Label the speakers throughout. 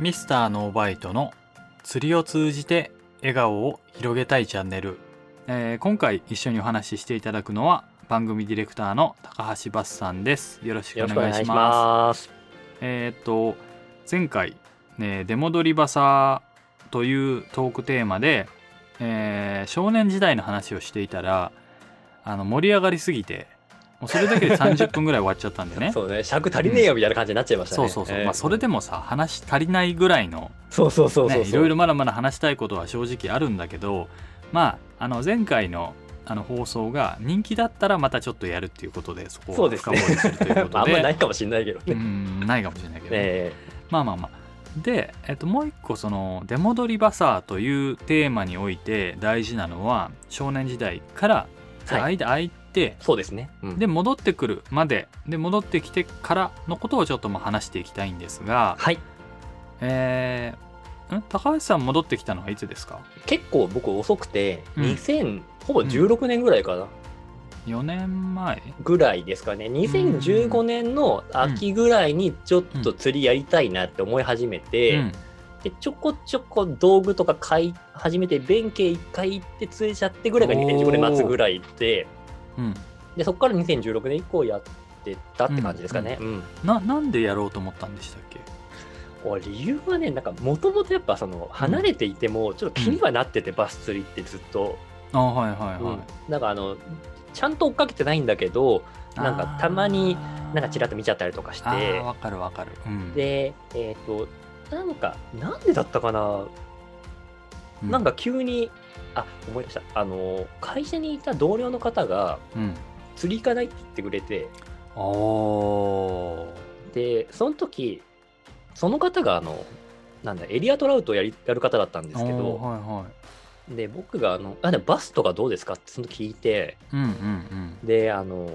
Speaker 1: ミスターノーバイトの釣りを通じて笑顔を広げたいチャンネル、えー今回一緒にお話ししていただくのは番組ディレクターの高橋バスさんですよろしく
Speaker 2: よ
Speaker 1: お
Speaker 2: ろしくお
Speaker 1: 願い
Speaker 2: 願い
Speaker 1: し
Speaker 2: し
Speaker 1: ます
Speaker 2: ます。
Speaker 1: えーっと前回、ね「出戻りバサー」というトークテーマで、えー少年時代の話をしていたらあの盛り上がりすぎてもうそれだけで30分ぐらい終わっちゃったんでね
Speaker 2: そうね、尺足りねえよみたいな感じになっちゃいましたね。
Speaker 1: そうそうそう、
Speaker 2: えー
Speaker 1: まあ、それでもさ話足りないぐらいの
Speaker 2: そうそうそうそう
Speaker 1: ね、
Speaker 2: そ
Speaker 1: い
Speaker 2: う
Speaker 1: ろいろまだまだ話したいことは正直あるんだけどまああの前回のあの放送が人気だったらまたちょっとやるっていうことでそこ
Speaker 2: そ
Speaker 1: を
Speaker 2: うです
Speaker 1: 深
Speaker 2: ね
Speaker 1: 掘りするということで
Speaker 2: まあ、あんまりないかもしれないけどね。
Speaker 1: うんないかもしれないけど、
Speaker 2: え
Speaker 1: まあまあまあで、えっと、もう一個その「出戻りバサー」というテーマにおいて大事なのは少年時代から
Speaker 2: はい
Speaker 1: 間空いて、
Speaker 2: ーそうですね。うん
Speaker 1: で戻ってくるまでで戻ってきてからのことをちょっともう話していきたいんですが、
Speaker 2: はい、
Speaker 1: えーん高橋さん戻ってきたのはいつですか
Speaker 2: 結構僕遅くて、
Speaker 1: うん
Speaker 2: 2000、ほぼ16年ぐらいかな、
Speaker 1: 4年前
Speaker 2: ぐらいですかね。2015年の秋ぐらいにちょっと釣りやりたいなって思い始めて、
Speaker 1: うん
Speaker 2: でちょこちょこ道具とか買い始めて、弁慶一回行って釣れちゃってぐらいが2015年末ぐらいで、
Speaker 1: うん、
Speaker 2: でそこから2016年以降やってたって感じですかね。うん
Speaker 1: ななんでやろうと思ったんでしたっけ
Speaker 2: 俺理由はねなんかもともとやっぱその離れていてもちょっと気にはなってて、バス釣りってずっと、
Speaker 1: あはいはい
Speaker 2: うん
Speaker 1: はい、
Speaker 2: なんかあのちゃんと追っかけてないんだけどなんかたまになんかちらっと見ちゃったりとかし
Speaker 1: あー
Speaker 2: て
Speaker 1: わかるわかる、うん、
Speaker 2: でえっ、となんかなんでだったかな、
Speaker 1: う
Speaker 2: なんか、急にあ思い出したあの会社にいた同僚の方が
Speaker 1: うん、
Speaker 2: 釣り行かないって言ってくれて
Speaker 1: おー
Speaker 2: でその時その方があのなんだエリアトラウトをやりやる方だったんですけど
Speaker 1: おーはいはい
Speaker 2: で僕があのあでもバスとかどうですかってその聞いて
Speaker 1: うんうんうん
Speaker 2: であの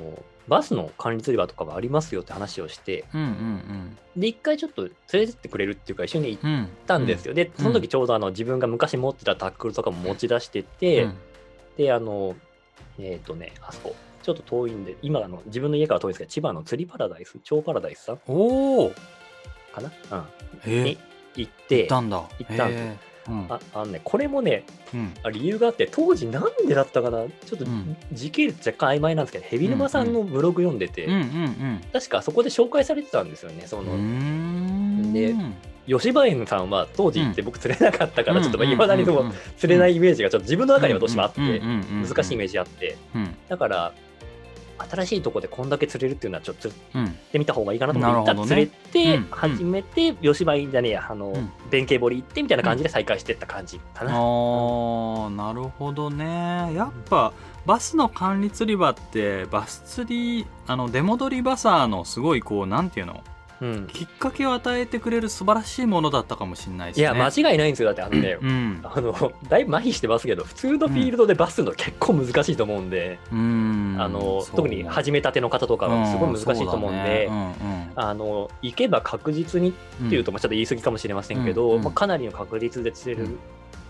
Speaker 2: バスの管理釣り場とかはありますよって話をして
Speaker 1: うんうん
Speaker 2: で一回ちょっと連れてってくれるっていうか一緒に行っ
Speaker 1: うんうん
Speaker 2: たんですよ、でその時ちょうどあの自分が昔持ってたタックルとかも持ち出してて、
Speaker 1: うん
Speaker 2: であのえっ、とねあそこちょっと遠いんで今あの自分の家から遠いんですけど千葉の釣りパラダイス超パラダイスさん
Speaker 1: おお
Speaker 2: かな、うん、
Speaker 1: え
Speaker 2: に行って
Speaker 1: 行ったんだ
Speaker 2: 行ったんです
Speaker 1: へーうん
Speaker 2: ああのねこれもね
Speaker 1: うん
Speaker 2: あ理由があって当時なんでだったかなちょっと
Speaker 1: うん
Speaker 2: 時系列若干曖昧なんですけど、ヘビ沼さんのブログ読んでて、
Speaker 1: うんうん
Speaker 2: 確かそこで紹介されてたんですよねそ
Speaker 1: うんう
Speaker 2: の、
Speaker 1: ーん
Speaker 2: で吉羽園さんは当時行って僕釣れなかったからちょっといまだにでも釣れないイメージがちょっと自分の中にはどうしてもあって難しいイメ
Speaker 1: ージ
Speaker 2: ージあって
Speaker 1: うん
Speaker 2: だから新しいとこでこんだけ釣れるっていうのはちょっと釣っ
Speaker 1: うん
Speaker 2: てみた方がいいかなと思って
Speaker 1: なるほ
Speaker 2: 一旦
Speaker 1: ど
Speaker 2: 釣れ
Speaker 1: ね
Speaker 2: て
Speaker 1: うん
Speaker 2: 始めて吉羽園じゃねえやあの
Speaker 1: うん
Speaker 2: 弁慶堀行ってみたいな感じで再開してった感じかな。
Speaker 1: あーなるほどねやっぱバスの管理釣り場ってバス釣りあの出戻りバサーのすごいこうなんていうの
Speaker 2: うん
Speaker 1: きっかけを与えてくれる素晴らしいものだったかもしれないです
Speaker 2: い
Speaker 1: ね
Speaker 2: や間違いないんですよだってあのね
Speaker 1: うん
Speaker 2: あのだいぶ麻痺してますけど普通のフィールドでバスの結構難しいと思うんで、
Speaker 1: うん
Speaker 2: あの
Speaker 1: そう
Speaker 2: 特に始めたての方とかはすごい難しいと思うんで、
Speaker 1: うそうだね
Speaker 2: あの行けば確実に
Speaker 1: うんうん
Speaker 2: っていうとまあちょっと言い過ぎかもしれませんけど、
Speaker 1: うんうん
Speaker 2: まあ、かなりの確率で釣れる、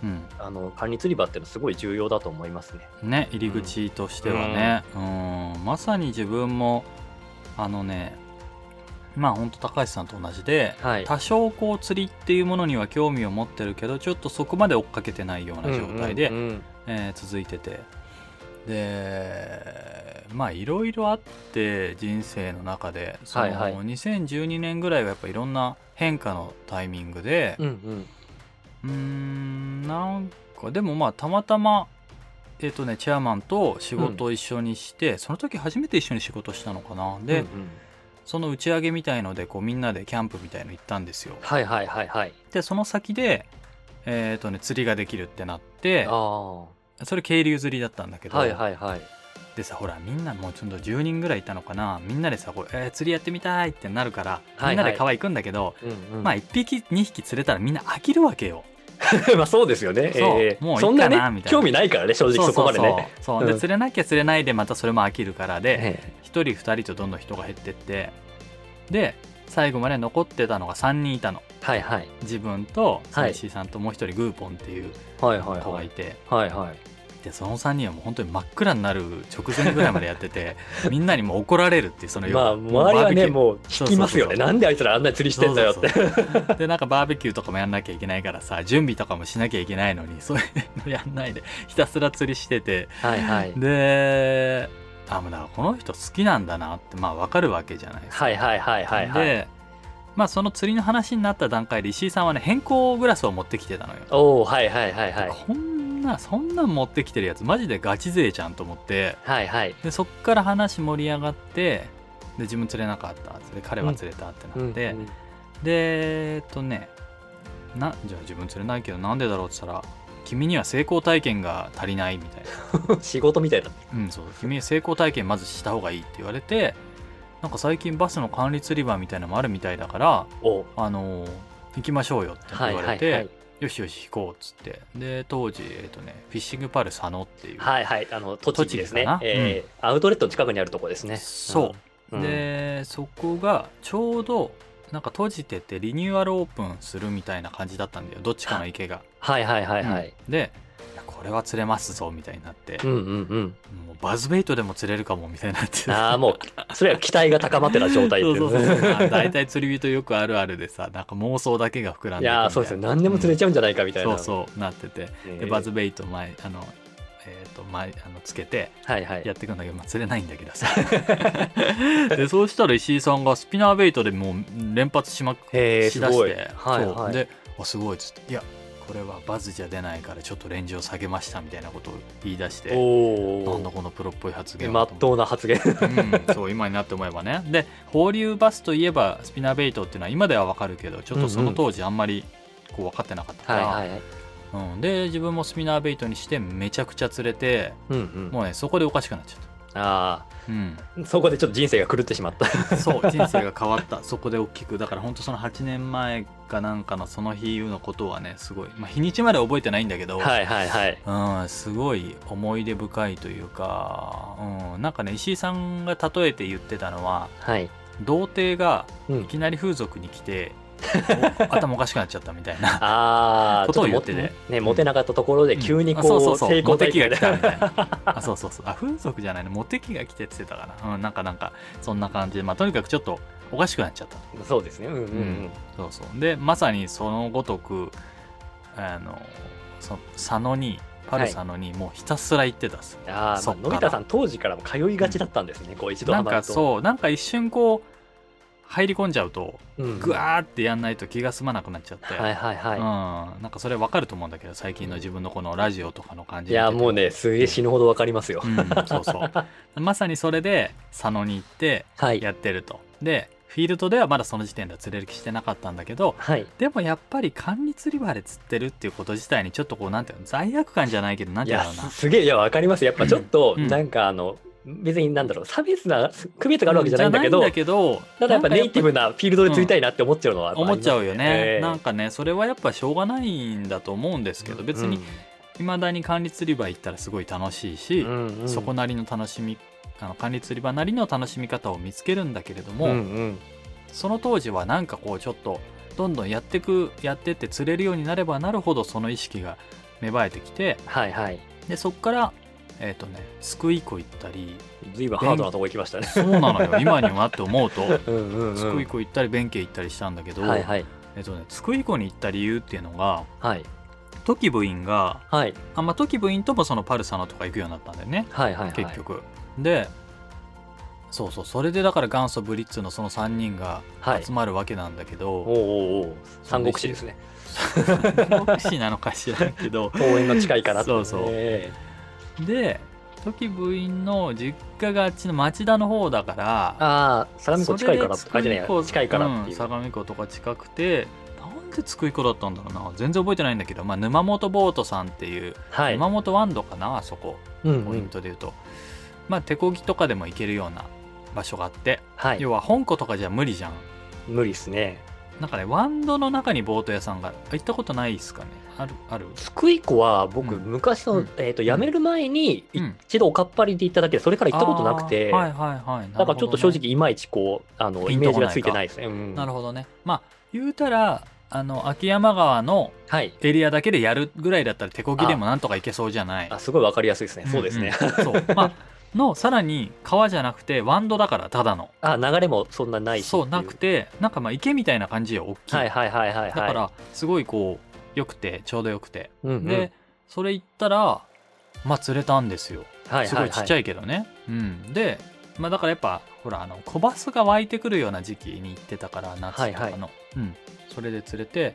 Speaker 1: うんうん
Speaker 2: あの管理釣り場っていうのはすごい重要だと思いますね。
Speaker 1: ね入り口としてはね、うんまさに自分もあのねまあ本当高橋さんと同じで、
Speaker 2: はい
Speaker 1: 多少こう釣りっていうものには興味を持ってるけどちょっとそこまで追っかけてないような状態で、
Speaker 2: うんうん
Speaker 1: えー続いててでまあいろいろあって人生の中でその、
Speaker 2: はいはい
Speaker 1: 2012年ぐらいはやっぱいろんな変化のタイミングで、
Speaker 2: うんうん
Speaker 1: うーんなんかでもまあたまたまえっ、とねチェアマンと仕事を一緒にして、その時初めて一緒に仕事したのかなで、
Speaker 2: うんうん
Speaker 1: その打ち上げみたいのでこうみんなでキャンプみたいの行ったんですよ
Speaker 2: はいはいはいはい。
Speaker 1: でその先でえっ、とね釣りができるってなって
Speaker 2: ああは
Speaker 1: それ渓流釣りだったんだけど、
Speaker 2: いはいはい。
Speaker 1: でさほらみんなもうちょっと10人ぐらいいたのかなみんなでさこれ、えー釣りやってみたいってなるから、
Speaker 2: はいはい
Speaker 1: みんなで川行くんだけど
Speaker 2: うんうん
Speaker 1: まあ
Speaker 2: ま
Speaker 1: 1匹2匹釣れたらみんな飽きるわけよ
Speaker 2: あそうですよね。
Speaker 1: そう
Speaker 2: えー
Speaker 1: もういいかな
Speaker 2: そんなね
Speaker 1: みたいな
Speaker 2: 興味ないからね正直そこまで
Speaker 1: そうそう
Speaker 2: ね。
Speaker 1: そうそうで
Speaker 2: うん
Speaker 1: 釣れなきゃ釣れないでまたそれも飽きるからで
Speaker 2: え
Speaker 1: 1人2人とどんどん人が減ってってで最後まで残ってたのが3人いたの
Speaker 2: えはいはい
Speaker 1: 自分と
Speaker 2: は
Speaker 1: サ
Speaker 2: い
Speaker 1: イシーさんともう1人グーポンっていう
Speaker 2: はいはい
Speaker 1: 子が
Speaker 2: はいい
Speaker 1: て、
Speaker 2: はいはい。
Speaker 1: でその3人はもう本当に真っ暗になる直前ぐらいまでやってて みんなにもう怒られるっていうその
Speaker 2: まあ周りはね
Speaker 1: う
Speaker 2: もう引きますよ
Speaker 1: そうそう
Speaker 2: ね
Speaker 1: そう
Speaker 2: なんであいつらあんなに釣りしてんだよって
Speaker 1: そうでなんかバーベキューとかもやんなきゃいけないからさ準備とかもしなきゃいけないのにそういうのやんないでひたすら釣りしてて
Speaker 2: はいはい
Speaker 1: であもうだからこの人好きなんだなってまあわかるわけじゃないですか。
Speaker 2: はいはいはいはいはい
Speaker 1: でまあその釣りの話になった段階で石井さんはね変更グラスを持ってきてたのよ。
Speaker 2: おおはいはいはいはい
Speaker 1: こんなそんなん持ってきてるやつマジでガチ勢じゃんと思って
Speaker 2: はいはい
Speaker 1: でそっから話盛り上がってで自分釣れなかったで彼は釣れたって
Speaker 2: う
Speaker 1: なっ
Speaker 2: ん
Speaker 1: て、
Speaker 2: うん
Speaker 1: でえっとねなじゃあ自分釣れないけどなんでだろうって言ったら「君には成功体験が足りない」み たいな
Speaker 2: 仕事みたいだ
Speaker 1: 「うんそう君は成功体験まずした方がいい」って言われてなんか最近バスの管理釣り場みたいなのもあるみたいだから
Speaker 2: おー
Speaker 1: あのー行きましょうよって
Speaker 2: は
Speaker 1: 言
Speaker 2: いは
Speaker 1: わ
Speaker 2: い
Speaker 1: れて、
Speaker 2: はい
Speaker 1: よしよし行こうっつってで当時えっ、とねフィッシングパル佐野っていう、
Speaker 2: はいはいあの栃木ですね
Speaker 1: 栃木かな
Speaker 2: えーアウトレットの近くにあるとこですね
Speaker 1: そう、
Speaker 2: うん
Speaker 1: でそこがちょうどなんか閉じててリニューアルオープンするみたいな感じだったんだよどっちかの池が。
Speaker 2: はいはいはいはい
Speaker 1: うんでいやこれは釣れますぞみたいになって、
Speaker 2: うんうんうん
Speaker 1: もうバズベイトでも釣れるかもみたいになって
Speaker 2: ああもうそれは期待が高まってた状態
Speaker 1: そう
Speaker 2: で
Speaker 1: そうそうそうあ大体釣り人よくあるあるでさなんか妄想だけが膨らん
Speaker 2: い
Speaker 1: でいくみた
Speaker 2: やーそうですね何でも釣れ
Speaker 1: ち
Speaker 2: ちゃうんじゃないかみた
Speaker 1: ゃ
Speaker 2: い
Speaker 1: うん、
Speaker 2: な
Speaker 1: そうそうなってて
Speaker 2: う
Speaker 1: でバズベイト前あのえっ、と前あのつけて
Speaker 2: はいはい
Speaker 1: やっていくんだけど、まあ、釣れないんだけどさ でそうしたら石井さんがスピナーベイトでもう連発しまく
Speaker 2: へー
Speaker 1: し
Speaker 2: す
Speaker 1: だし
Speaker 2: ごい
Speaker 1: て、
Speaker 2: はい
Speaker 1: そう
Speaker 2: はい
Speaker 1: であすごいっつっていやこれはバズじゃ出ないからちょっとレンジを下げましたみたいなことを言い出して
Speaker 2: お
Speaker 1: なんだ
Speaker 2: お
Speaker 1: このプロっぽい発言
Speaker 2: ま
Speaker 1: は
Speaker 2: っとうな発言
Speaker 1: と思ってうんそう今になって思えばねで放流バスといえばスピナーベイトっていうのは今では分かるけどちょっとその当時あんまりこう分かってなかったか
Speaker 2: はい
Speaker 1: ら、
Speaker 2: はいはい
Speaker 1: うん、で自分もスピナーベイトにしてめちゃくちゃ釣れて
Speaker 2: うんうん
Speaker 1: もうねそこでおかしくなっちゃった。
Speaker 2: あ
Speaker 1: うん
Speaker 2: あそこでちょっと人生が狂ってしまった
Speaker 1: そう人生が変わったそこで大きくだから本当その8年前かなんかのその日のことはねすごい、まあ、日にちまでは覚えてないんだけど、
Speaker 2: はいはいはい
Speaker 1: うん、すごい思い出深いというか、うん、なんかね石井さんが例えて言ってたのは
Speaker 2: はい
Speaker 1: 童貞が
Speaker 2: う
Speaker 1: い
Speaker 2: ん
Speaker 1: きなり風俗に来 て、お頭おかしくなっちゃったみたいな。
Speaker 2: ああ
Speaker 1: ことを言ってて
Speaker 2: ねモテなかったところで急に
Speaker 1: んあそうそ
Speaker 2: こう
Speaker 1: うそう
Speaker 2: 成功
Speaker 1: モテ
Speaker 2: 体
Speaker 1: 期が
Speaker 2: 験
Speaker 1: 来たみたいなあそうそうそうあ風俗じゃないのモテ期が来てって言ってたかな、うん、なんかなんかそんな感じでまあとにかくちょっとおかしくなっちゃった
Speaker 2: そうですねうんうんう
Speaker 1: うんんそうそうでまさにそのごとくあのそ佐野にパル佐野にもうひたすら行ってたっす、
Speaker 2: ああ
Speaker 1: そ
Speaker 2: ま
Speaker 1: っか
Speaker 2: あ
Speaker 1: ら
Speaker 2: のび太さん当時からも通いがちだったんですねこう一度
Speaker 1: な
Speaker 2: ハ
Speaker 1: ん
Speaker 2: マ
Speaker 1: か
Speaker 2: ると
Speaker 1: そうなんか一瞬こう入り込んじゃうと
Speaker 2: うん
Speaker 1: グワーってやんないと気が済まなくなっちゃって、
Speaker 2: はいはいは
Speaker 1: うん、なんかそれわかると思うんだけど最近の自分のこのラジオとかの感
Speaker 2: い
Speaker 1: じ
Speaker 2: いや
Speaker 1: 見てて
Speaker 2: もうねすげえ死ぬほどわかりますよ
Speaker 1: うん、そうそう まさにそれで佐野に行って
Speaker 2: はい
Speaker 1: やってるとでフィールドではまだその時点では釣れる気してなかったんだけど
Speaker 2: はい
Speaker 1: でもやっぱり管理釣り場で釣ってるっていうこと自体にちょっとこうなんていうの罪悪感じゃないけどなん
Speaker 2: い
Speaker 1: ていうん
Speaker 2: や
Speaker 1: だろうな
Speaker 2: すすげえいやわかりますやっぱちょっと
Speaker 1: うん
Speaker 2: なんかあの別になんだろう差別な区別があるわけじゃないんだけ
Speaker 1: じ
Speaker 2: ど
Speaker 1: ゃないんだけど
Speaker 2: ただやっぱネイティブなフィールドで釣りたいなって思っちゃうのは
Speaker 1: なんか思っちゃうよね、
Speaker 2: ええ
Speaker 1: なんかねそれはやっぱしょうがないんだと思うんですけど別にいまだに管理釣り場行ったらすごい楽しいし、
Speaker 2: うんうん
Speaker 1: そこなりの楽しみあの管理釣り場なりの楽しみ方を見つけるんだけれども、
Speaker 2: うんうん
Speaker 1: その当時はなんかこうちょっとどんどんやってくやってって釣れるようになればなるほどその意識が芽生えてきて
Speaker 2: はいはい
Speaker 1: でそっからえっ、とねすくい湖行ったり
Speaker 2: 随分ハードなとこ行きましたね
Speaker 1: そうなのよ 今にはって思うと
Speaker 2: うんうんうん
Speaker 1: 津久井湖行ったり弁慶行ったりしたんだけど、
Speaker 2: はいはい
Speaker 1: えっとね、津久井湖に行った理由っていうのが
Speaker 2: はい
Speaker 1: トキ部員が
Speaker 2: はい
Speaker 1: あ、まあ、トキ部員ともそのパルサナとか行くようになったんだよね
Speaker 2: はいはい
Speaker 1: 結局、でそうそうそれでだから元祖ブリッツのその3人が
Speaker 2: はい
Speaker 1: 集まるわけなんだけ
Speaker 2: お う
Speaker 1: ど、
Speaker 2: おうおう三国志ですね
Speaker 1: 三国志なのか知らんけど
Speaker 2: 公園の近いからって
Speaker 1: そうそう
Speaker 2: え
Speaker 1: でトキ部員の実家があっちの町田の方だから
Speaker 2: えああ相模湖近いからってあじゃねえ
Speaker 1: それで津久井湖
Speaker 2: や近いからって
Speaker 1: うん
Speaker 2: いう
Speaker 1: 相模湖とか近くてなんで津久井湖だったんだろうな全然覚えてないんだけど、まあ、沼本ボートさんっていう、
Speaker 2: はい
Speaker 1: 沼本ワンドかなあそこ
Speaker 2: うん
Speaker 1: ポ
Speaker 2: う
Speaker 1: イン
Speaker 2: ん
Speaker 1: トで言うと、まあ手こぎとかでも行けるような場所があって、
Speaker 2: はい
Speaker 1: 要は本庫とかじゃ無理じゃん
Speaker 2: 無理ですね
Speaker 1: なんかねワンドの中にボート屋さんがあ行ったことないですかねあるある
Speaker 2: 津久井湖は僕
Speaker 1: うん
Speaker 2: 昔
Speaker 1: う
Speaker 2: の
Speaker 1: ん
Speaker 2: えーと辞める前に
Speaker 1: うん
Speaker 2: 一度おかっぱりで行っただけでそれから行ったことなくて
Speaker 1: あーはいはいはい
Speaker 2: だからちょっと正
Speaker 1: なるほどね
Speaker 2: 直いまいちこうあの
Speaker 1: ピ
Speaker 2: イ
Speaker 1: ンと
Speaker 2: メ
Speaker 1: こないか
Speaker 2: ージがついてないですね。うん
Speaker 1: なるほどねまあ言うたらあの秋山川の
Speaker 2: はい。
Speaker 1: エリアだけでやるぐらいだったら手こぎでもなんとかいけそうじゃない
Speaker 2: あ、すごいわかりやすいですね。そうですね。
Speaker 1: ん んそうまあのさらに川じゃなくてワンドだからただの
Speaker 2: あ、流れもそんなないしってい
Speaker 1: そうなくてなんかまあ池みたいな感じよ大きい、
Speaker 2: はいはいはいはいはい。
Speaker 1: だからすごいこうよくてちょうどよくて、
Speaker 2: うんうん、
Speaker 1: で、それ行ったらまあ釣れたんですよ
Speaker 2: は
Speaker 1: すごいちっちゃ
Speaker 2: い。
Speaker 1: いけどね、うん、で、まあ、だからやっぱほらあの小バスが湧いてくるような時期に行ってたから夏とかの、
Speaker 2: はい
Speaker 1: うん、それで釣れて、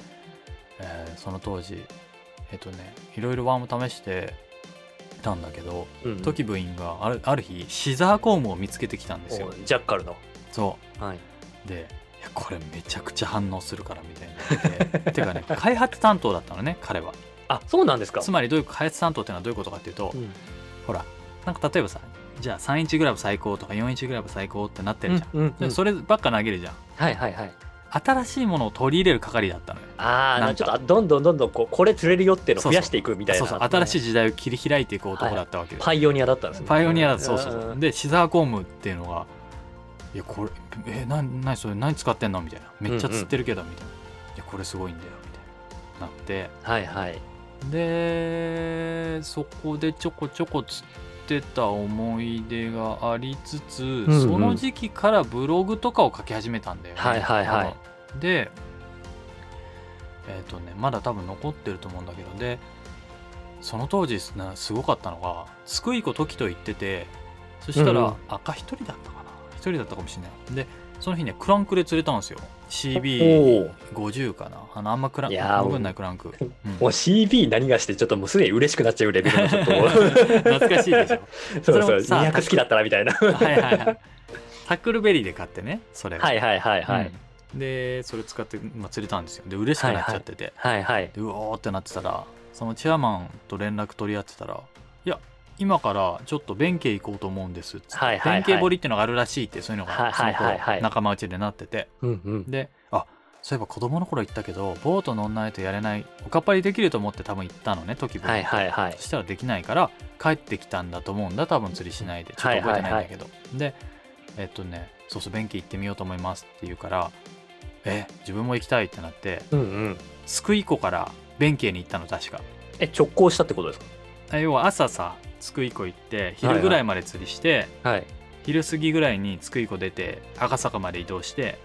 Speaker 1: えーその当時えっとねいろいろワンを試してたんだけど
Speaker 2: うん
Speaker 1: 時部員があるある日シザーコームを見つけてきたんですよ
Speaker 2: おジャッカルの。
Speaker 1: そ
Speaker 2: はい。
Speaker 1: うでいやこれめちゃくちゃ反応するからみたいになっててかね開発担当だったのね彼 は
Speaker 2: あ、そうなんですか。
Speaker 1: つまりどういう開発担当っていうのはどういうことかっていうと、
Speaker 2: うん
Speaker 1: ほらなんか例えばさじゃあ3インチグラブ最高とか4インチグラブ最高ってなってるじゃん、
Speaker 2: うんうん
Speaker 1: でそればっか投げるじゃん
Speaker 2: はいはいはい。
Speaker 1: 新しいものを取り入れる係だったのよな
Speaker 2: あ
Speaker 1: んか
Speaker 2: あ、ちょっとあどんどんどんどんこうこれ釣れるよっていうのを
Speaker 1: そうそう
Speaker 2: 増やしていくみたいな。
Speaker 1: そうそう新しい
Speaker 2: い。
Speaker 1: 時代を切り開いていく男だったわけよ
Speaker 2: パイオニアだったんですね。
Speaker 1: パイオニアだそうそう
Speaker 2: う。
Speaker 1: そうんでシザーコームっていうのが「いやこれえな何それ何使ってんの?」みたいな「めっちゃ釣ってるけど」みたいな「いやこれすごいんだよ」みたいななって
Speaker 2: はいはい。
Speaker 1: でそこでちょこちょこ釣ってた思い出がありつつ、
Speaker 2: ん
Speaker 1: その時期からブログとかを書き始めたんだよね。
Speaker 2: はいはいはい
Speaker 1: 多分でえっ、とねまだ多分残ってると思うんだけどでその当時すなすごかったのが「すくい子時と言っててそしたら、
Speaker 2: うんうん
Speaker 1: 赤一人だったかな一人だったかもしれない。でその日ねクランクで釣れたんですよ。CB50
Speaker 2: おお。
Speaker 1: かなあのあんまクラン
Speaker 2: い
Speaker 1: ク
Speaker 2: やー
Speaker 1: 潜んないクランク。うん
Speaker 2: もう CB 何がしてちょっともうすでに嬉しくなっちゃうレベル のちょっと
Speaker 1: 懐かしいでしょ
Speaker 2: そう
Speaker 1: そ
Speaker 2: そ
Speaker 1: れ
Speaker 2: う
Speaker 1: もさ
Speaker 2: 200好きだったなみたいなは
Speaker 1: はいはいはいタックルベリーで買ってねそれを
Speaker 2: いはいはいはい、
Speaker 1: うんでそれ使って、まあ、釣れたんですよで嬉しくなっちゃってて、
Speaker 2: はいはい
Speaker 1: でうおーってなってたらそのチェアマンと連絡取り合ってたら「いや今からちょっと弁慶行こうと思うんです」っつって、
Speaker 2: はいはいはい
Speaker 1: 弁慶堀っていうのがあるらしいってそういうのが、
Speaker 2: はいはいはいはい
Speaker 1: その頃仲間内でなってて
Speaker 2: うんうん
Speaker 1: であそういえば子供の頃行ったけどボート乗んないとやれないおかっぱりできると思って多分行ったのね時々
Speaker 2: はいはいはい
Speaker 1: そしたらできないから帰ってきたんだと思うんだ多分釣りしないでちょっと覚えてないんだけど、でえっとねそうそう弁慶行ってみようと思いますって言うからえ自分も行きたいってなって
Speaker 2: うんうん
Speaker 1: 救い湖から弁慶に行ったの確か
Speaker 2: え直行したってことです
Speaker 1: あ要は朝さ救い湖行って昼ぐらいまで釣りして、
Speaker 2: かはい
Speaker 1: 昼過ぎぐらいに救い湖出て赤坂まで移動して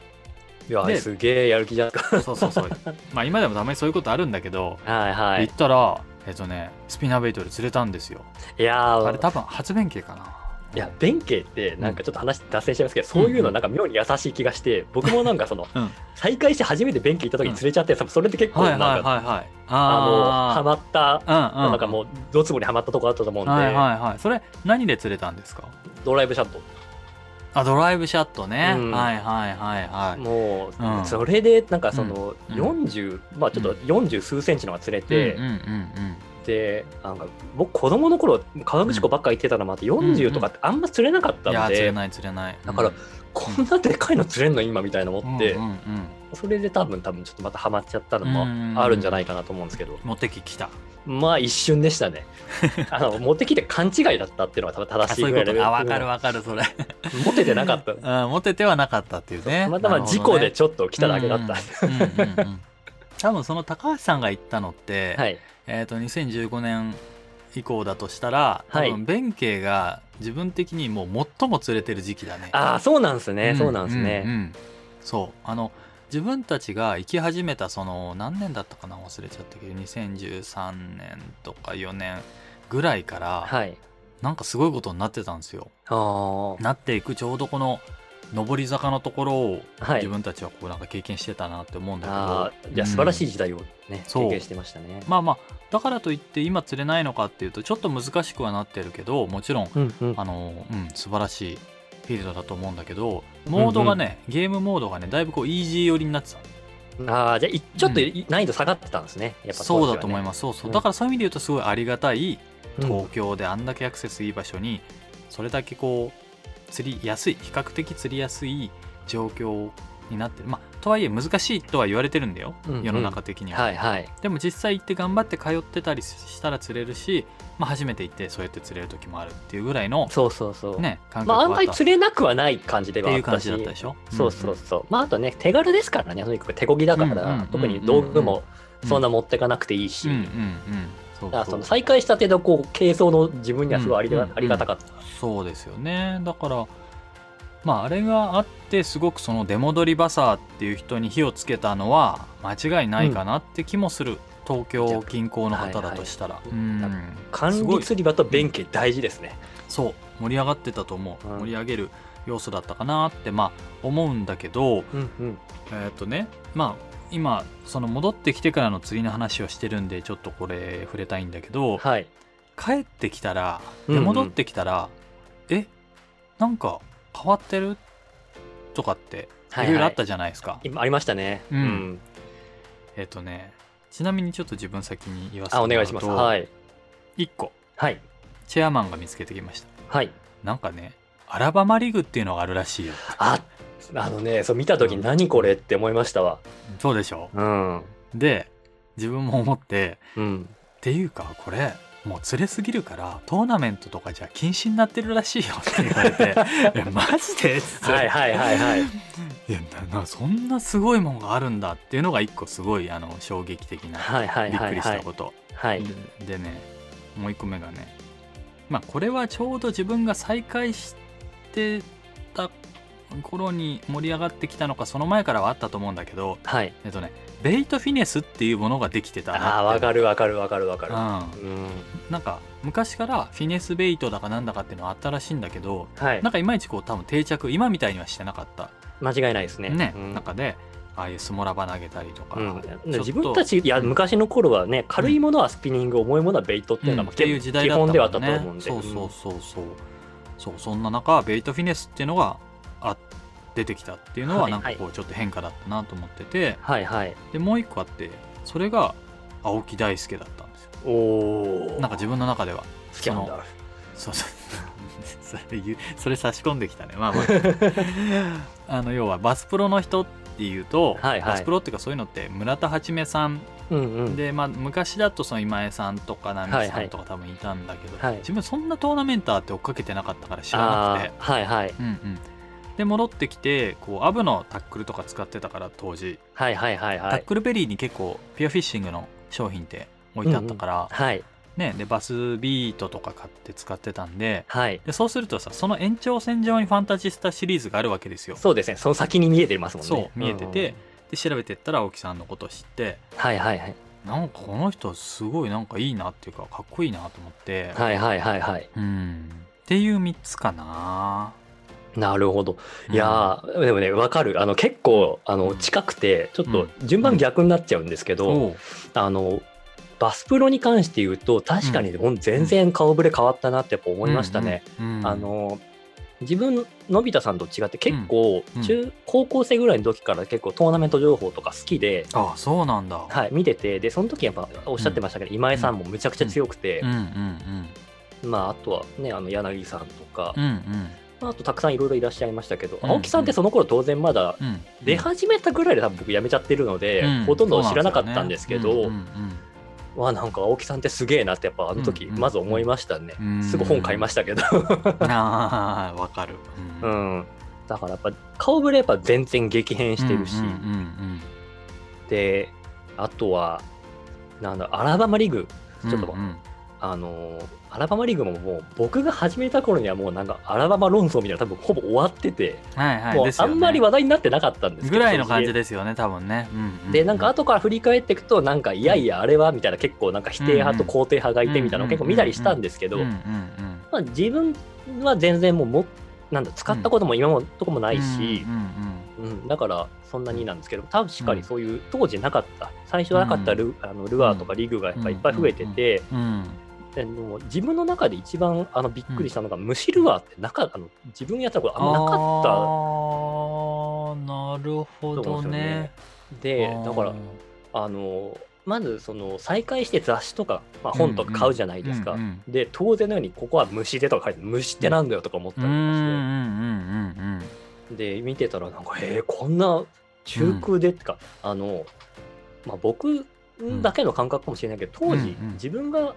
Speaker 2: いや
Speaker 1: です
Speaker 2: げえやる気じゃんは
Speaker 1: そうそうそう まあ今でもたまにそういうことあるんだけど、
Speaker 2: いは
Speaker 1: 行ったらえっとねスピナーベイトで釣れたんですよ
Speaker 2: いいやー
Speaker 1: あれ多分初弁慶かない
Speaker 2: や弁慶ってなんかちょっと話脱線しちゃいますけど、そういうのなんか妙に優しい気がして僕もなんかその、
Speaker 1: うん
Speaker 2: 再会して初めて弁慶行った時に連れちゃって、多分それって結構
Speaker 1: はい
Speaker 2: な
Speaker 1: は
Speaker 2: ん
Speaker 1: い
Speaker 2: か、
Speaker 1: はいはい
Speaker 2: あの
Speaker 1: あ
Speaker 2: ハマった
Speaker 1: うんうん、
Speaker 2: なんかもうドツボにはまったとこあったと思うんで、
Speaker 1: はいはいはいそれ何で釣れたんですか
Speaker 2: ドライブシャット
Speaker 1: あドライブシャットね、
Speaker 2: うん
Speaker 1: はいはいはいはい
Speaker 2: もう、
Speaker 1: うん
Speaker 2: それでなんかその
Speaker 1: うん
Speaker 2: 40、まあちょっと40数センチのが釣れて、
Speaker 1: うんうんうん
Speaker 2: でなんか僕子供の頃河口湖ばっか行ってたのもあって40とかってあんま釣れなかっ
Speaker 1: うんい
Speaker 2: た
Speaker 1: や
Speaker 2: ので、
Speaker 1: 釣れない釣れない
Speaker 2: だからこんなでかいの釣れんの今みたいな
Speaker 1: うん
Speaker 2: 思って、
Speaker 1: うんうんうん
Speaker 2: それで多分多分ちょっとまたハマっちゃったの
Speaker 1: うん
Speaker 2: もあるんじゃないかなと思うんですけど、
Speaker 1: 持ってききた
Speaker 2: まあ一瞬 でしたねあの持ってきて勘違いだったっていうのが多分
Speaker 1: あ
Speaker 2: 正しい
Speaker 1: そうい
Speaker 2: ぐら
Speaker 1: う
Speaker 2: い
Speaker 1: ことあ分かる分かるそれ、
Speaker 2: 持ててなかった
Speaker 1: うん、持てては なかったっていうね
Speaker 2: たまたま事故でちょっと来ただけだった、
Speaker 1: うんうんうんうん多分その高橋さんが言ったの って、
Speaker 2: はい
Speaker 1: えー、と2015年以降だとしたら多
Speaker 2: はい
Speaker 1: 分弁慶が自分的にもう最も釣れてる時期だね
Speaker 2: ああそうなんですね、
Speaker 1: うん
Speaker 2: そうなんですね、
Speaker 1: うんうんそうあの自分たちが生き始めたその何年だったかな忘れちゃったけど2013年とか4年ぐらいから
Speaker 2: はい
Speaker 1: なんかすごいことになってたんですよ。
Speaker 2: ああ
Speaker 1: なっていくちょうどこの上り坂のところを
Speaker 2: はい
Speaker 1: 自分たちはこうなんか経験してたなって思うんだけど、
Speaker 2: あーいや素晴らしい
Speaker 1: うん
Speaker 2: 時代をね、
Speaker 1: そう
Speaker 2: 経験してましたね。
Speaker 1: まあまあだからといって今釣れないのかっていうとちょっと難しくはなってるけどもちろん
Speaker 2: うんうん、
Speaker 1: あの、うん、素晴らしいフィールドだと思うんだけどモードがね、ゲームモードがねだいぶこうイージー寄りになってた
Speaker 2: あーじゃあいちょっとい難易度下がってたんですね、やっぱ
Speaker 1: そうだと思いますそうそううんだからそういう意味で言うとすごいありがたい
Speaker 2: す
Speaker 1: 東京であんだけアクセスいい場所にそれだけこう釣りやすい比較的釣りやすい状況になってる、まあ、とはいえ難しいとは言われてるんだよ、
Speaker 2: うんうん
Speaker 1: 世の中的には、
Speaker 2: はいはい。
Speaker 1: でも実際行って頑張って通ってたりしたら釣れるし、まあ、初めて行ってそうやって釣れる時もあるっていうぐらいの、
Speaker 2: そうそうそう。
Speaker 1: ね、感覚
Speaker 2: まあ、案
Speaker 1: はあっ
Speaker 2: 外
Speaker 1: たっ
Speaker 2: 釣れなくはない感じでは
Speaker 1: て
Speaker 2: あ
Speaker 1: い
Speaker 2: っ
Speaker 1: う感
Speaker 2: た
Speaker 1: じ
Speaker 2: し。
Speaker 1: だったでしょ
Speaker 2: そうそううんそう。まあ、あとね、手軽ですからね、とにかく手こぎだから、
Speaker 1: うんうんうんうん
Speaker 2: 特に道具もそんな持ってかなくていいし、
Speaker 1: うんうんうんそう
Speaker 2: だから
Speaker 1: そ
Speaker 2: そうの再開したてのこう、軽装の自分にはすごいあり,、
Speaker 1: うんうんうん
Speaker 2: ありがたかった。
Speaker 1: そうですよねだからまああれがあってすごくその出戻りバサーっていう人に火をつけたのは間違いないかなって気もする、東京近郊の方だとしたら、
Speaker 2: いはい
Speaker 1: うんす
Speaker 2: 管
Speaker 1: ご
Speaker 2: 理
Speaker 1: い
Speaker 2: 釣り場と弁慶大事ですね。
Speaker 1: そう盛り上がってたと思う、
Speaker 2: うん
Speaker 1: 盛り上げる要素だったかなってまあ思うんだけど
Speaker 2: うんうん。
Speaker 1: えーっとねまあ今その戻ってきてからの釣りの話をしてるんでちょっとこれ触れたいんだけど、
Speaker 2: はい。
Speaker 1: 帰ってきたら
Speaker 2: うん
Speaker 1: で
Speaker 2: うん
Speaker 1: 戻ってきたら、えなんか変わってるとかって
Speaker 2: はい
Speaker 1: い
Speaker 2: はい
Speaker 1: ろいろあったじゃないですか、
Speaker 2: 今ありましたね。
Speaker 1: うんえっ、とねちなみにちょっと自分先に言わせて
Speaker 2: あ、お
Speaker 1: もらう
Speaker 2: 願いします。
Speaker 1: と、
Speaker 2: はい。
Speaker 1: 1個
Speaker 2: はい。
Speaker 1: チェアマンが見つけてきました
Speaker 2: はい。
Speaker 1: なんかねアラバマリグっていうのがあるらしいよ
Speaker 2: あ、あのね、そう見た時に何これって思いましたわ。
Speaker 1: そうでしょ
Speaker 2: うん。
Speaker 1: で自分も思って
Speaker 2: うん。
Speaker 1: っていうかこれもう釣れすぎるからトーナメントとかじゃ禁止になってるらしいよって言われて えマジでって
Speaker 2: はいはいはいはい。
Speaker 1: いやななそんなすごいもんがあるんだっていうのが一個すごいあの衝撃的な
Speaker 2: はいはい
Speaker 1: びっ
Speaker 2: は
Speaker 1: く
Speaker 2: い
Speaker 1: りし
Speaker 2: は
Speaker 1: た
Speaker 2: い。
Speaker 1: こと、
Speaker 2: はい。
Speaker 1: でねもう一個目がねまあこれはちょうど自分が再開してた頃に盛り上がってきたのかその前からはあったと思うんだけど
Speaker 2: はい。
Speaker 1: えっとねベイトフィネスっていうものができてた
Speaker 2: ああ、わかるわかるわかるわかる。
Speaker 1: る、
Speaker 2: うん。
Speaker 1: うん、なんか昔からフィネスベイトだかなんだかっていうのはあったらしいんだけど
Speaker 2: はい
Speaker 1: な。んかいまいちこう多分定着今みたいにはしてなかった
Speaker 2: 間違いないですね。
Speaker 1: ね、
Speaker 2: うん
Speaker 1: 中でああいうスモラバ投げたりとか、
Speaker 2: うん
Speaker 1: ちょっ、と
Speaker 2: 自分たちいや昔の頃はね軽いものはスピニング、重いものはベイトっていうのが、
Speaker 1: うん
Speaker 2: ま
Speaker 1: っ
Speaker 2: あ
Speaker 1: ていう時代だった
Speaker 2: 基
Speaker 1: も
Speaker 2: 本
Speaker 1: ん
Speaker 2: で
Speaker 1: ね
Speaker 2: はあったと思うんで
Speaker 1: そうそうそうそうそうそんな中ベイトフィネスっていうのがあ出てきたっていうのは
Speaker 2: はい
Speaker 1: なんかこうちょっと変化だったなと思ってて、
Speaker 2: はいはい
Speaker 1: でもう一個あってそれが青木大輔だったんですよ
Speaker 2: おお
Speaker 1: なんか自分の中では
Speaker 2: スキャンダル
Speaker 1: そうそう それ言うそれ差し込んできたねまあまあ あの要はバスプロの人っていうと、
Speaker 2: はいはい
Speaker 1: バスプロっていうかそういうのって村田はじめさん
Speaker 2: うんうん
Speaker 1: で、まあ、昔だとその今江さんとか奈美さんとか多分いたんだけど、
Speaker 2: はい
Speaker 1: 自分そんなトーナメンターって追っかけてなかったから知らなく
Speaker 2: あ
Speaker 1: て、
Speaker 2: あはいはい
Speaker 1: うんうん、で戻ってきてこうアブのタックルとか使ってたから当時、
Speaker 2: はいはいはいは
Speaker 1: タッ
Speaker 2: い
Speaker 1: クルベリーに結構ピュアフィッシングの商品って置いてあったから、
Speaker 2: はい
Speaker 1: ね、でバスビートとか買って使ってたんで
Speaker 2: はい
Speaker 1: でそうするとさその延長線上にファンタジスタシリーズがあるわけですよ。
Speaker 2: そうですねその先に見えてますもんね
Speaker 1: そう見えてて
Speaker 2: ん
Speaker 1: で調べてったら青木さんのことを知って
Speaker 2: はいはいはい
Speaker 1: なんかこの人すごいなんかいいなっていうかかっこいいなと思って、
Speaker 2: はいはいはいはい
Speaker 1: うんっていう3つかな。
Speaker 2: なるほどいやーでもねわかるあの結構あの近くてちょっと順番逆になっちゃうんですけ
Speaker 1: うん
Speaker 2: ど、
Speaker 1: おう
Speaker 2: あのバスプロに関して言うと確かにほん全然顔ぶれ変わったなってやっぱ思いましたね、。
Speaker 1: うんうん
Speaker 2: あの自分のび太さんと違って結構
Speaker 1: うんうん
Speaker 2: 中、高校生ぐらいの時から結構トーナメント情報とか好きで、
Speaker 1: あそうなんだ。
Speaker 2: はい、見ててでその時やっぱおっしゃってましたけど、今井さんもめちゃくちゃ強くて
Speaker 1: うん、うん
Speaker 2: まあ、あとは、ね、あの柳さんとか、
Speaker 1: うんうんうん
Speaker 2: まああとたくさんいろいろいらっしゃいましたけど、
Speaker 1: うん
Speaker 2: 青木さんってその頃当然まだ
Speaker 1: うん。
Speaker 2: 出始めたぐらいで多分僕辞めちゃってるので、ほとんど知らなかったんですけ
Speaker 1: う
Speaker 2: ど、
Speaker 1: ん
Speaker 2: わあなんか青木さんってすげえなってやっぱあの時
Speaker 1: うんうん
Speaker 2: まず思いましたね、
Speaker 1: うん
Speaker 2: すぐ本買いましたけど、
Speaker 1: た。 ああわかる。う
Speaker 2: うんん、だからやっぱ顔ぶれやっぱ全然激変してるし、
Speaker 1: うんうん
Speaker 2: であとはなんだアラバマリーグ
Speaker 1: うん
Speaker 2: ちょっと
Speaker 1: うんうん
Speaker 2: あのーアラバマリーグももう僕が始めた頃にはもうなんかアラバマ論争みたいな多分ほぼ終わってて、
Speaker 1: はいはい。
Speaker 2: もう
Speaker 1: です
Speaker 2: あ
Speaker 1: よね
Speaker 2: んまり話題になってなかったんですけど
Speaker 1: ぐらいの感じ
Speaker 2: で
Speaker 1: ですよね多分ね。うんうう
Speaker 2: でなんか後から振り返っていくとなんかいやいやあれはみたいな結構なんか否定派と肯定派がいてみたいなのを結構見たりしたんですけど、
Speaker 1: うんうん
Speaker 2: ま
Speaker 1: うん
Speaker 2: あ、自分は全然もうもなんだ使ったことも今もとこもないし
Speaker 1: う、んうん
Speaker 2: うん、だからそんなになんですけど確かにそういう当時なかった最初はなかったル,、あのルアーとかリグがやっぱいっぱい増えてて、
Speaker 1: うん
Speaker 2: でもう自分の中で一番あのびっくりしたのが、虫ルアーってなかあの自分やったことあんまなかっ
Speaker 1: ああなるほどね。
Speaker 2: たでだからあのまずその再開して雑誌とか、まあ、本とか買うじゃないですか、
Speaker 1: うんうん
Speaker 2: で当然のようにここは虫でとか書いてある虫ってなんだよとか思った
Speaker 1: う
Speaker 2: り
Speaker 1: ん
Speaker 2: と
Speaker 1: うんうんうんう
Speaker 2: かして
Speaker 1: ん
Speaker 2: で見てたらなんかえー、こんな中空でってか、あの、まあ、僕だけの感覚かもしれないけど当時、
Speaker 1: うんうん
Speaker 2: 自分が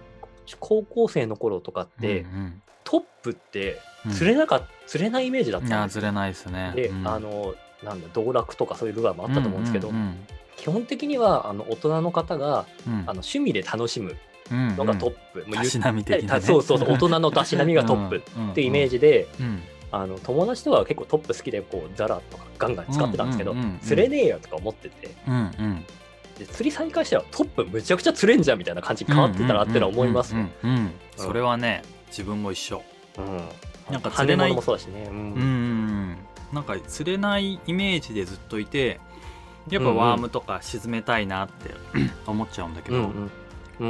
Speaker 2: 高校生の頃とかって、
Speaker 1: うん
Speaker 2: トップって
Speaker 1: うん
Speaker 2: 釣れなかっ釣れないイメージだっ
Speaker 1: い
Speaker 2: た
Speaker 1: や
Speaker 2: んです
Speaker 1: ず
Speaker 2: よ
Speaker 1: れないですね
Speaker 2: で、
Speaker 1: うん
Speaker 2: あのなんだ道楽とかそういうルアーもあったと思うんですけど、
Speaker 1: うんうん
Speaker 2: 基本的にはあの大人の方が
Speaker 1: うん
Speaker 2: あの趣味で楽しむ
Speaker 1: うん
Speaker 2: のがトップ、もう
Speaker 1: たしなみ
Speaker 2: 言っ
Speaker 1: 的
Speaker 2: た
Speaker 1: な、
Speaker 2: り
Speaker 1: ね、
Speaker 2: そう そうそう大人のたしなみがトップっていうイメー
Speaker 1: ジ、
Speaker 2: ジで、
Speaker 1: うん
Speaker 2: あの友達とは結構トップ好きでこうザラとかガンガン使ってたんですけど、
Speaker 1: うんうんうんうん
Speaker 2: 釣れねえよとか思ってて
Speaker 1: うんうん、
Speaker 2: で釣り再開したらトップむちゃくちゃ釣れんじゃんみたいな感じに変わってたなってのは思いますね。
Speaker 1: うんうんうんうんそれはね自分も一緒
Speaker 2: うん
Speaker 1: なんか釣れない
Speaker 2: 羽根物もそうだしね、
Speaker 1: うん
Speaker 2: うん
Speaker 1: うんうんなんか釣れないイメージでずっといてやっぱ
Speaker 2: うんうん
Speaker 1: ワームとか沈めたいなって思っちゃうんだけ
Speaker 2: う
Speaker 1: ど、
Speaker 2: んうんうん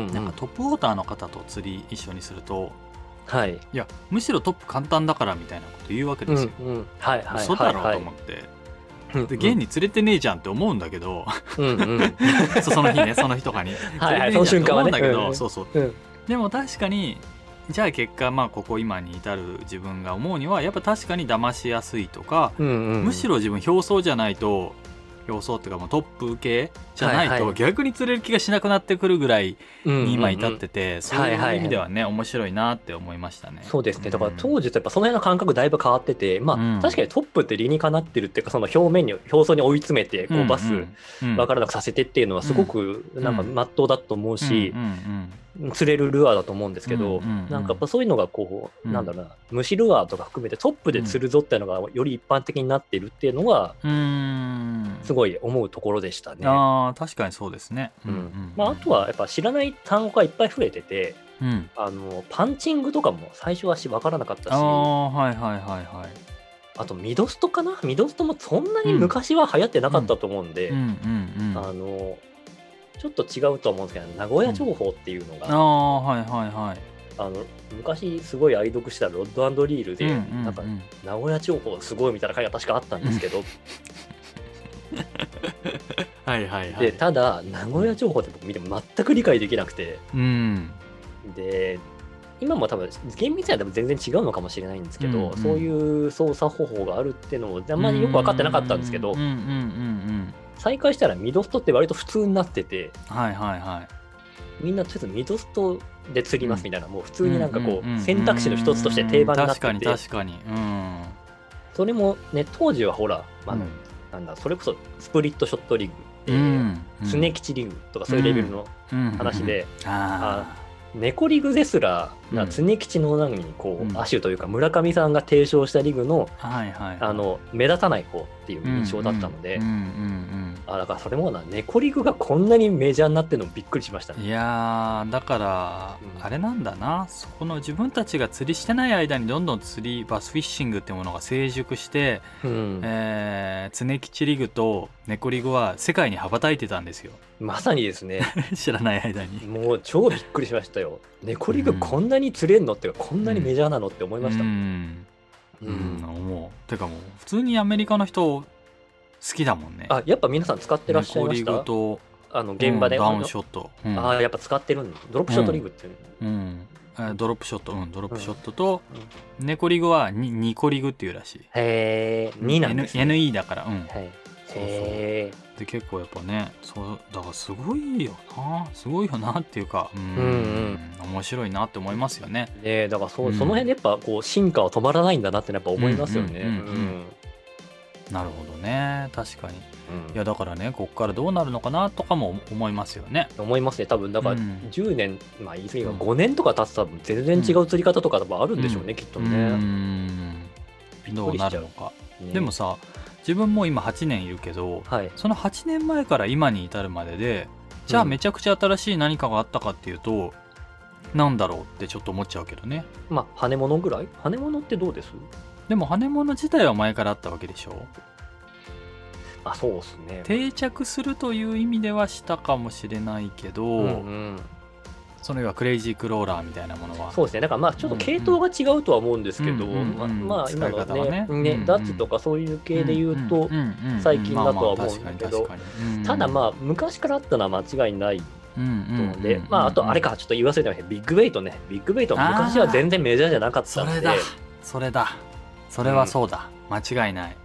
Speaker 2: うん
Speaker 1: なんかトップウォーターの方と釣り一緒にすると
Speaker 2: はい、
Speaker 1: いやむしろトップ簡単だからみたいなこと言うわけですよ、
Speaker 2: うんうんはいはいはいはい
Speaker 1: 嘘だろうと思って、で現に釣れてねえじゃんって思うんだけ ど、
Speaker 2: うんうん
Speaker 1: そうその日ねその日とかに
Speaker 2: はいはい
Speaker 1: 釣れてねえじゃんって思うんだけ
Speaker 2: その
Speaker 1: ど
Speaker 2: 瞬間はね
Speaker 1: そうそう
Speaker 2: うん
Speaker 1: でも確かにじゃあ結果まあここ今に至る自分が思うにはやっぱ確かに騙しやすいとか、
Speaker 2: うんうん
Speaker 1: むしろ自分表層じゃないと表層っていうかもうトップ系じゃない
Speaker 2: はいは
Speaker 1: と
Speaker 2: い
Speaker 1: 逆に釣れる気がしなくなってくるぐらいに今至
Speaker 2: うん
Speaker 1: っ
Speaker 2: うんうん
Speaker 1: てて、そういう意味ではね、面白いなって思いましたね。
Speaker 2: そうですねだから
Speaker 1: 時
Speaker 2: 当時とやっぱその辺の感覚だいぶ変わっててまあ、
Speaker 1: うん
Speaker 2: 確かにトップって理にかなってるっていうかその表面に表層に追い詰めてこうバス分からなくさせてっていうのはすごくなんか
Speaker 1: うん
Speaker 2: 真っ当だと思うし、釣れるルアーだと思うんですけ
Speaker 1: う
Speaker 2: ど、
Speaker 1: んうんうん
Speaker 2: なんかやっぱそういうのがこう、
Speaker 1: うん
Speaker 2: なんだろうな虫ルアーとか含めてトップで釣るぞっていうのがより一般的になっているっていうのが
Speaker 1: うーん
Speaker 2: すごい思うところでしたね。
Speaker 1: あー確かにそうですね。
Speaker 2: うんまあ、あとはやっぱ知らない単語がいっぱい増えてて
Speaker 1: うん
Speaker 2: あのパンチングとかも最初はし分からなかったし
Speaker 1: ああはいはいはいはい。
Speaker 2: あとミドストかなミドストもそんなに昔は流行ってなかったと思うんで、
Speaker 1: うんうんうん、
Speaker 2: あ
Speaker 1: あ
Speaker 2: のちょっと違うとは思うんですけど名古屋情報っていうのが、
Speaker 1: あーはいはいはい。
Speaker 2: あの昔すごい愛読したロッドリールで、
Speaker 1: うんうんうん
Speaker 2: なんか名古屋情報すごいみたいな回が確かあったんですけど、
Speaker 1: はいはいはい。
Speaker 2: でただ名古屋情報って僕見ても全く理解できなくて
Speaker 1: うん
Speaker 2: で今も多分厳密には多分全然違うのかもしれないんですけど、
Speaker 1: うんうん
Speaker 2: そういう操作方法があるっていうのをあんまりよく分かってなかったんですけど、
Speaker 1: うんうんうんうん
Speaker 2: 再開したらミドストって割と普通になってて
Speaker 1: うん。はいはいはい。
Speaker 2: みんなとりあえずミドストで釣りますみたいな、もう普通になんかこ
Speaker 1: んん
Speaker 2: うん選択肢の一つとして定番になっ
Speaker 1: 確
Speaker 2: て
Speaker 1: か
Speaker 2: て
Speaker 1: に確かに。うん。
Speaker 2: それもね当時はほら、まあ
Speaker 1: うん
Speaker 2: なんだそれこそスプリットショットリグ、え
Speaker 1: う
Speaker 2: ー
Speaker 1: ん
Speaker 2: スネ吉リグとかそういうレベルの話。で、
Speaker 1: うんうんうんあ
Speaker 2: 猫リグですら、
Speaker 1: うん
Speaker 2: なスネ吉のなんにこう、
Speaker 1: うん
Speaker 2: 亜種というか村上さんが提唱したリグの
Speaker 1: あ。はいはい。
Speaker 2: あの目立たない方っていう印象だったので、
Speaker 1: うんうん
Speaker 2: あだからそれもな猫リグがこんなにメジャーになってるのびっくりしました
Speaker 1: うん
Speaker 2: ね。
Speaker 1: いやーだから
Speaker 2: うん
Speaker 1: あれなんだなそこの自分たちが釣りしてない間にどんどん釣りバスフィッシングってものが成熟して、
Speaker 2: うん
Speaker 1: えー、常吉リグと猫リグは世界に羽ばたいてたんですよ
Speaker 2: まさにですね
Speaker 1: 知らない間に。
Speaker 2: もう超びっくりしましたよ。猫リグこんなに釣れんのっていうかこんなにメジャーなのって思いました。
Speaker 1: うん
Speaker 2: うん
Speaker 1: うん、思う。てかもう、普通にアメリカの人、好きだもんね。
Speaker 2: あやっぱ皆さん使ってらっしゃいまし
Speaker 1: 猫リ
Speaker 2: た
Speaker 1: グと、
Speaker 2: あの現場で、
Speaker 1: うんダウンショット。うん
Speaker 2: ああ、やっぱ使ってるんだ。ドロップショットリグっていうの、
Speaker 1: うんえードロップショット、うん、ドロップショットと、猫リグはに、ニコリグっていうらしい。
Speaker 2: へえ、2なんです、ね。
Speaker 1: N- NE だから、うん。
Speaker 2: はい。へ
Speaker 1: で、結構やっぱね、そう、だからすごいよな。すごいよなっていうか、うん、
Speaker 2: うん
Speaker 1: 面白いなって思いますよね。
Speaker 2: え。ねえだからそう、
Speaker 1: うん
Speaker 2: その辺でやっぱこう進化は止まらないんだなってやっぱ思いますよね。
Speaker 1: う
Speaker 2: うんん
Speaker 1: うんうんなるほどね。確かに。い
Speaker 2: うん
Speaker 1: や、だからね、こっからどうなるのかなとかも思いますよね。
Speaker 2: 思いますね。多分だか
Speaker 1: う
Speaker 2: ら
Speaker 1: ん
Speaker 2: 10年、まあ言い過ぎが
Speaker 1: うん
Speaker 2: 5年とか経つと多分全然違う釣り方とか多分あるんでしょうね、
Speaker 1: うん
Speaker 2: きっと
Speaker 1: う
Speaker 2: ね。
Speaker 1: ん。
Speaker 2: びっ
Speaker 1: ど
Speaker 2: く
Speaker 1: う
Speaker 2: り
Speaker 1: な
Speaker 2: しちゃ
Speaker 1: る
Speaker 2: う
Speaker 1: の。か。
Speaker 2: ね
Speaker 1: でも、さ自分も今8年いるけど
Speaker 2: はい。
Speaker 1: その8年前から今に至るまででじゃあ
Speaker 2: うん
Speaker 1: めちゃくちゃ新しい何かがあったかっていうと、なんだろうってちょっと思っちゃうけどね
Speaker 2: まあ、羽物ぐらい羽物ってどうです
Speaker 1: でも羽物自体は前からあったわけでしょ
Speaker 2: あ、そうですね。
Speaker 1: 定着するという意味ではしたかもしれないけど、
Speaker 2: うんうん
Speaker 1: その要はクレイジークローラーみたいなものは
Speaker 2: そうですね、だからまあちょっと系統が違うとは思うんですけど、
Speaker 1: うんうん
Speaker 2: まあ
Speaker 1: うん
Speaker 2: まあ
Speaker 1: 使
Speaker 2: 今
Speaker 1: い
Speaker 2: の
Speaker 1: 方はね
Speaker 2: ね、
Speaker 1: うんうん
Speaker 2: ねダッツとかそういう系で言う
Speaker 1: ん
Speaker 2: と、
Speaker 1: んんん
Speaker 2: 最近だとは思うんだけど
Speaker 1: まあまあ確かに確かにうん
Speaker 2: ただまあ昔からあったのは間違いない
Speaker 1: うん
Speaker 2: と
Speaker 1: うん
Speaker 2: 思
Speaker 1: う
Speaker 2: うん
Speaker 1: ん
Speaker 2: で、まああとあれか、ちょっと言わせてもらえビッグベイトね、ビッグベイトは昔は全然メジャーじゃなかった
Speaker 1: そ
Speaker 2: ん
Speaker 1: れ
Speaker 2: で
Speaker 1: だ、それだそれはそうだ、間違いない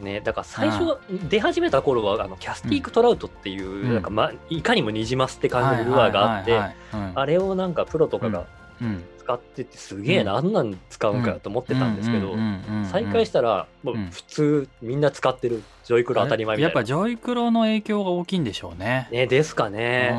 Speaker 2: ね、だから最初出始めた頃はあのキャスティーク・トラウトっていう、
Speaker 1: うん
Speaker 2: なんかま、いかにもニジマスって感じのルアーがあって、
Speaker 1: はいはいはいはい
Speaker 2: あれをなんかプロとかが
Speaker 1: うんうん
Speaker 2: 使っててすげえな、あんなん使うんかと思ってたんですけど、
Speaker 1: うんうんうんうん
Speaker 2: 再開したらもう普通みんな使ってるジョイクロ当たり前み
Speaker 1: やっ
Speaker 2: たいな
Speaker 1: ぱ、ジョイクロの影響が大きいんでしょうね
Speaker 2: ね、ですか
Speaker 1: う
Speaker 2: ね。
Speaker 1: ー
Speaker 2: や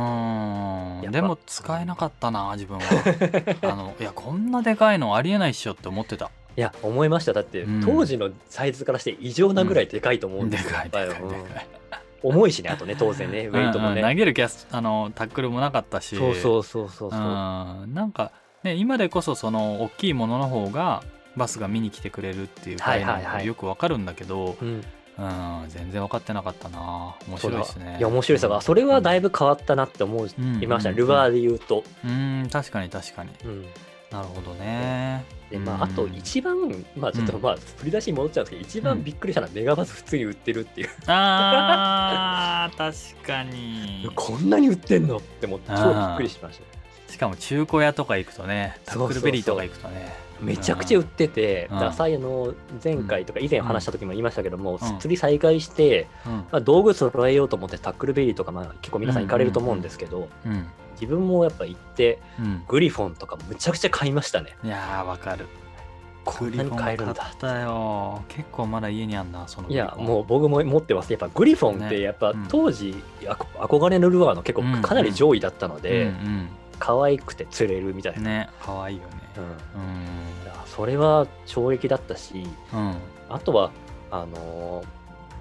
Speaker 1: ん
Speaker 2: っぱ
Speaker 1: でも使えなかったな自分は あのいやこんなでかいのありえないっしょって思ってた
Speaker 2: いや思いましただって、
Speaker 1: うん
Speaker 2: 当時のサイズからして異常なぐらいでかいと思うん
Speaker 1: で
Speaker 2: ですよ、
Speaker 1: かいでかいで
Speaker 2: やっぱりうん
Speaker 1: かい
Speaker 2: 重いしねあとね当然ねウェイトも
Speaker 1: うん
Speaker 2: ね、
Speaker 1: うん投げるキャスあのタックルもなかったし
Speaker 2: そうそうそうそうそう、
Speaker 1: うんなんか、ね、今でこそその大きいものの方がバスが見に来てくれるっていう概
Speaker 2: はい
Speaker 1: 念
Speaker 2: はいは
Speaker 1: が
Speaker 2: い
Speaker 1: よくわかるんだけど、
Speaker 2: うん
Speaker 1: うん全然分かってなかったな面白いですね
Speaker 2: いや面白いさがそれはだいぶ変わったなって思う、
Speaker 1: うん
Speaker 2: いました
Speaker 1: うん
Speaker 2: ルアーで言うと、
Speaker 1: うん確かに確かに
Speaker 2: うん
Speaker 1: なるほどね
Speaker 2: でまあ、あと
Speaker 1: うん
Speaker 2: 一番、まあ、ちょっと
Speaker 1: うん
Speaker 2: まあ振り出しに戻っちゃうんですけど、一番びっくりしたのはメガバス普通に売ってるっていう、
Speaker 1: あー 確かに
Speaker 2: こんなに売ってんのってもう超びっくりしました
Speaker 1: しかも中古屋とか行くとねタックルベリーとか行くとね
Speaker 2: めちゃくちゃ売ってて、
Speaker 1: うん
Speaker 2: ダサいの前回とか以前話した時も言いましたけども、
Speaker 1: うん
Speaker 2: 釣り再開して、
Speaker 1: うん
Speaker 2: まあ、道具揃えようと思ってタックルベリーとか、まあ、結構皆さん行かれると思うんですけど、
Speaker 1: うん
Speaker 2: 自分もやっぱ行って
Speaker 1: うん
Speaker 2: グリフォンとかむちゃくちゃ買いましたね
Speaker 1: いやーわかる
Speaker 2: こんなに買えるんだ
Speaker 1: 買ったよ結構まだ家にあんなその
Speaker 2: いや
Speaker 1: う
Speaker 2: もう僕も持ってますやっぱグリフォンっ
Speaker 1: ね
Speaker 2: てやっぱ
Speaker 1: うん
Speaker 2: 当時、あこ憧れのルアーの結
Speaker 1: うん
Speaker 2: 構かなり上位だったので、
Speaker 1: うん
Speaker 2: 可愛くて釣れるみた
Speaker 1: う
Speaker 2: い
Speaker 1: ん、
Speaker 2: な、
Speaker 1: ね可愛いよね
Speaker 2: うん、いうやそれは衝撃だったし
Speaker 1: んうん
Speaker 2: あとはあのー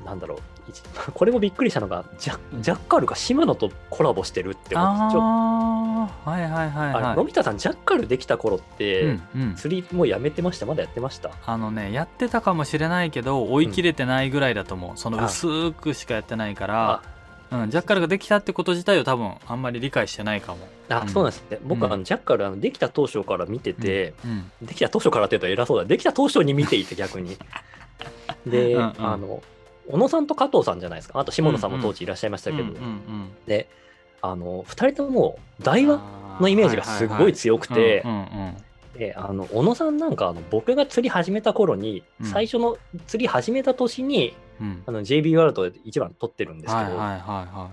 Speaker 2: なんだろう一 これもびっくりしたのがジャジャッカルが島野とコラボしてるって思ってちょ
Speaker 1: ああはいはいはい
Speaker 2: あ
Speaker 1: は
Speaker 2: の
Speaker 1: い
Speaker 2: のび太さんジャッカルできた頃って、
Speaker 1: うんうん
Speaker 2: 釣りもうやめてましたまだやってました
Speaker 1: あのねやってたかもしれないけど追い切れてないぐらいだと思う、その
Speaker 2: あ
Speaker 1: 薄くしかやってないからうん、ジャッカルができたってこと自体を多分あんまり理解してないかも
Speaker 2: あ、
Speaker 1: うん
Speaker 2: そうなんですね僕はあ
Speaker 1: う
Speaker 2: のジャッカルあのできた当初から見てて、
Speaker 1: うん
Speaker 2: できた当初からって言うと偉そうだできた当初に見ていて 逆にで、
Speaker 1: うんうん
Speaker 2: あの小野さんと加藤さんじゃないですかあと下野さんも当時いらっしゃいましたけど、
Speaker 1: うんうん
Speaker 2: であの2人とも台
Speaker 1: うん
Speaker 2: 話のイメージがすごい強くて
Speaker 1: うんうん
Speaker 2: であの小野さんなんかあの僕が釣り始めた頃に、
Speaker 1: うん
Speaker 2: 最初の釣り始めた年に
Speaker 1: うんうん
Speaker 2: あの JB ワールドで一番取ってるんですけ
Speaker 1: はい
Speaker 2: ど、
Speaker 1: はいは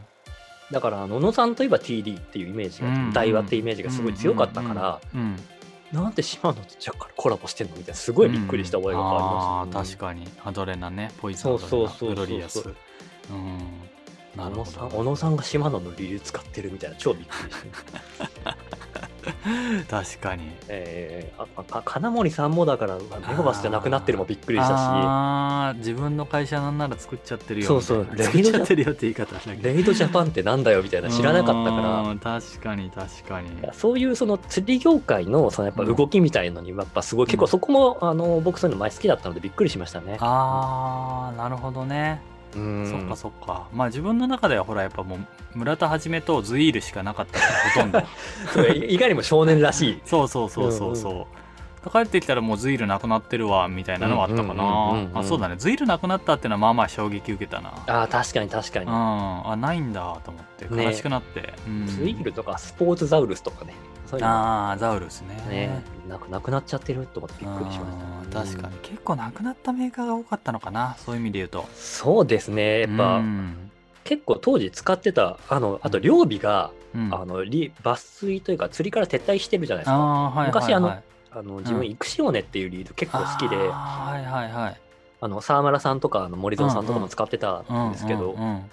Speaker 2: だからあの小野さんといえば TD っていうイメージが、
Speaker 1: うんうん
Speaker 2: 台話ってイメージがすごい強かったから、
Speaker 1: いはいうん
Speaker 2: なんで島野とジャッカルコラボしてんのみたいなすごいびっくりした覚えがありました、
Speaker 1: うんあー確かにアドレナねポイズンアドレナ
Speaker 2: そうそうそうそう
Speaker 1: グロリアスうんなるほ
Speaker 2: 小野さん
Speaker 1: ど
Speaker 2: 小野さんが島野の理由使ってるみたいな超びっくりして、
Speaker 1: 確かに
Speaker 2: えー、あか金森さんもだからまあメガバスじゃなくなってるもびっくりした
Speaker 1: あー自分の会社なんなら作っちゃってるよ
Speaker 2: そうそう
Speaker 1: みたいな作っちゃってるよって言い方だけ
Speaker 2: し
Speaker 1: ど
Speaker 2: レイドジャパンってなんだよみたいな知らなかったか
Speaker 1: うん確かに確かに
Speaker 2: らそういうその釣り業界のそのやっぱ動きみたいのにやっぱすごい、結構そこもあの僕そういうの前好きだったのでびっくりしましたね
Speaker 1: あーなるほどね、
Speaker 2: うん
Speaker 1: そっかそっかまあ自分の中ではほらやっぱもう村田はじめとズイールしかなかったからほとんど
Speaker 2: そういいかにも少年らし い
Speaker 1: そうそうそうそうそう、帰ってきたらもうズイールなくなってるわみたいなのはあったか
Speaker 2: うんうんうんうんうん
Speaker 1: なあそうだねズイールなくなったってのはまあまあ衝撃受けたな
Speaker 2: あー確かに確か
Speaker 1: う
Speaker 2: に、
Speaker 1: んあないんだと思って
Speaker 2: ね
Speaker 1: 悲しくなって、うん
Speaker 2: ツイールとかスポーツザウルスとかねそういうの
Speaker 1: ああザウルスね
Speaker 2: ねなくなくなっちゃってると思ってびっくりしました
Speaker 1: うん確かに結構なくなったメーカーが多かったのかなそういう意味で言うと
Speaker 2: そうですね、やっぱ、
Speaker 1: うん
Speaker 2: 結構当時使ってた、あのあと料理が、
Speaker 1: うん
Speaker 2: あのり抜粋というか、釣りから撤退してるじゃないですか。
Speaker 1: あーはいはいはい
Speaker 2: 昔あのあの自
Speaker 1: うん
Speaker 2: 分、イクシオネっていうリード結構好きで、あ
Speaker 1: あーはいはいはい
Speaker 2: の沢村さんとかあの森蔵さんとかも使ってたんですけど、
Speaker 1: うんうんうん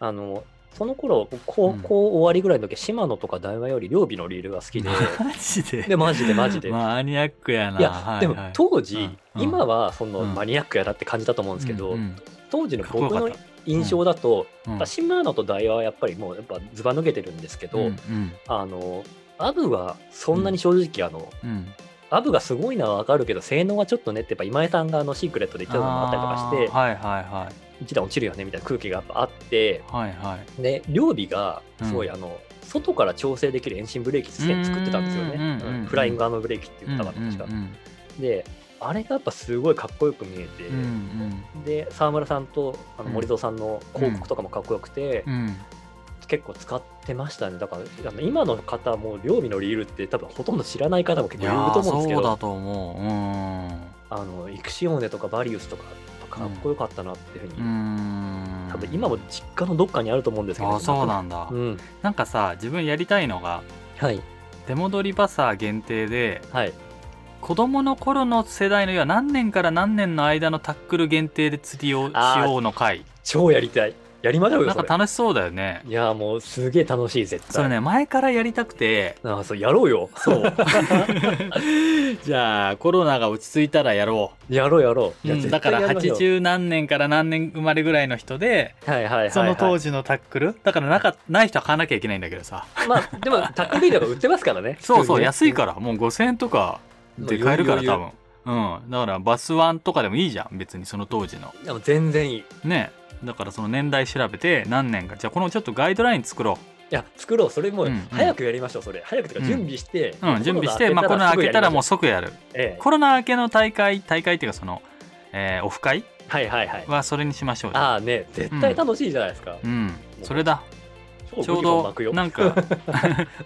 Speaker 2: あのその頃高
Speaker 1: うん
Speaker 2: 校終わりぐらいの時、島野とか台湾より料理のリールが好きで、
Speaker 1: マジで
Speaker 2: で、マジでマ ジで。
Speaker 1: マニアックやない
Speaker 2: や、
Speaker 1: は
Speaker 2: で
Speaker 1: は
Speaker 2: も当時、
Speaker 1: うんうん
Speaker 2: 今はその
Speaker 1: うん
Speaker 2: マニアックやなって感じだと思うんですけ
Speaker 1: う
Speaker 2: ど、
Speaker 1: んうん
Speaker 2: 当時の
Speaker 1: かっ
Speaker 2: 僕
Speaker 1: こよか
Speaker 2: の
Speaker 1: った
Speaker 2: 印象だと、
Speaker 1: うん
Speaker 2: まあ、シマーノとダイワはやっぱりもうやっぱずば抜けてるんですけど、
Speaker 1: うんうん
Speaker 2: あのアブはそんなに正直あの、
Speaker 1: うん
Speaker 2: アブがすごいのはわかるけど性能はちょっとねってやっぱ今井さんがあのシークレットで言ってたのもあったりと
Speaker 1: あー
Speaker 2: か
Speaker 1: はいはいはい
Speaker 2: して一段落ちるよねみたいな空気がやっぱあって
Speaker 1: はいはい
Speaker 2: で両尾がすごい
Speaker 1: うん
Speaker 2: あの、外から調整できる遠心ブレーキすでに作ってたんですよね、
Speaker 1: うんうんうんうん
Speaker 2: フライングアームブレーキって言ったから確か、
Speaker 1: うんうん
Speaker 2: であれがやっぱすごいかっこよく見えて、
Speaker 1: うんうん
Speaker 2: で沢村さんとあの森蔵さんの広告とかもかっこよくて、
Speaker 1: うん
Speaker 2: 結構使ってましたねだからあの今の方も料理のリールって多分ほとんど知らない方も結
Speaker 1: い
Speaker 2: 構い
Speaker 1: や
Speaker 2: ると
Speaker 1: ー
Speaker 2: 思うんですけ
Speaker 1: そうだ
Speaker 2: ど
Speaker 1: と思ううん
Speaker 2: あのイクシオーネとかバリウスとかかっこよかったなっていうふう
Speaker 1: うー
Speaker 2: に、
Speaker 1: ん
Speaker 2: 多分今も実家のどっかにあると思うんですけど、
Speaker 1: あそうなんだ、
Speaker 2: うん、
Speaker 1: なんかさ自分やりたいのが
Speaker 2: はい
Speaker 1: 出戻りバサー限定で
Speaker 2: はい
Speaker 1: 子供の頃の世代の要は何年から何年の間のタックル限定で釣りをし
Speaker 2: あー
Speaker 1: ようの回
Speaker 2: 超やりたいやりましょうよ
Speaker 1: なん
Speaker 2: そ
Speaker 1: か
Speaker 2: れ
Speaker 1: 楽しそうだよね
Speaker 2: いやーもうすげえ楽しい絶対
Speaker 1: それね前からやりたくて
Speaker 2: あーそうやろうよ
Speaker 1: そう じゃあコロナが落ち着いたらやろ
Speaker 2: やろうやろ
Speaker 1: う、
Speaker 2: ういや
Speaker 1: うん
Speaker 2: 絶
Speaker 1: だ
Speaker 2: 対
Speaker 1: から
Speaker 2: やりましょう
Speaker 1: 80何年から何年生まれぐらいの人で
Speaker 2: はいはいはい、はい、
Speaker 1: その当時のタックルだからなかない人は買わなきゃいけないんだけどさ
Speaker 2: まあでもタックビールが売ってますからね
Speaker 1: そうそう安い
Speaker 2: ら
Speaker 1: からもう5000円とかで買えるから多分うんだからバスワンとかでもいいじゃん別にその当時の
Speaker 2: でも全然いいい
Speaker 1: ねだからその年代調べて何年かじゃあこのちょっとガイドライン作ろ
Speaker 2: や作ろうそれもう
Speaker 1: うんうん
Speaker 2: 早くやりましょうそれ早くとか準備して、
Speaker 1: ううん準備してまあコロナ明けたらもう即やる
Speaker 2: う、ええ
Speaker 1: コロナ明けの大会大会っていうかそのえーオフ会
Speaker 2: はいはいはい
Speaker 1: はそれにしましょうよ
Speaker 2: ああね絶対楽しいじゃないですか、
Speaker 1: うんそれだちょう
Speaker 2: 巻
Speaker 1: ど
Speaker 2: くよ
Speaker 1: なんか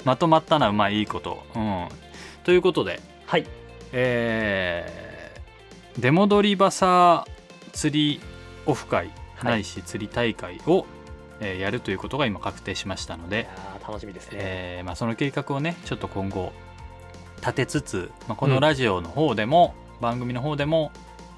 Speaker 1: まとまったなうまいいいことうんということで
Speaker 2: はい
Speaker 1: えー出戻りバサー釣りオフ会
Speaker 2: はい
Speaker 1: ないし釣り大会を、えーやるということが今確定しましたの
Speaker 2: い
Speaker 1: で
Speaker 2: や、ー楽しみですね、
Speaker 1: えーまあ、その計画をねちょっと今後立てつつ、まあ、このラジオの方でも、番組の方でも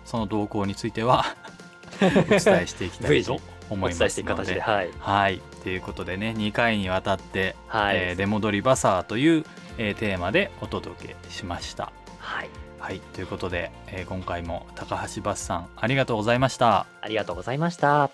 Speaker 1: その動向については お伝えしていきたいと思
Speaker 2: お
Speaker 1: い
Speaker 2: 伝
Speaker 1: ま
Speaker 2: えし
Speaker 1: す
Speaker 2: ていく形
Speaker 1: の
Speaker 2: で
Speaker 1: で。
Speaker 2: はい
Speaker 1: はいということでね2回にわたって「
Speaker 2: はい、
Speaker 1: えー出戻りバサー」という、えーテーマでお届けしました。
Speaker 2: はい
Speaker 1: はい、ということで、えー今回も高橋バスさんありがとうございました。
Speaker 2: ありがとうございました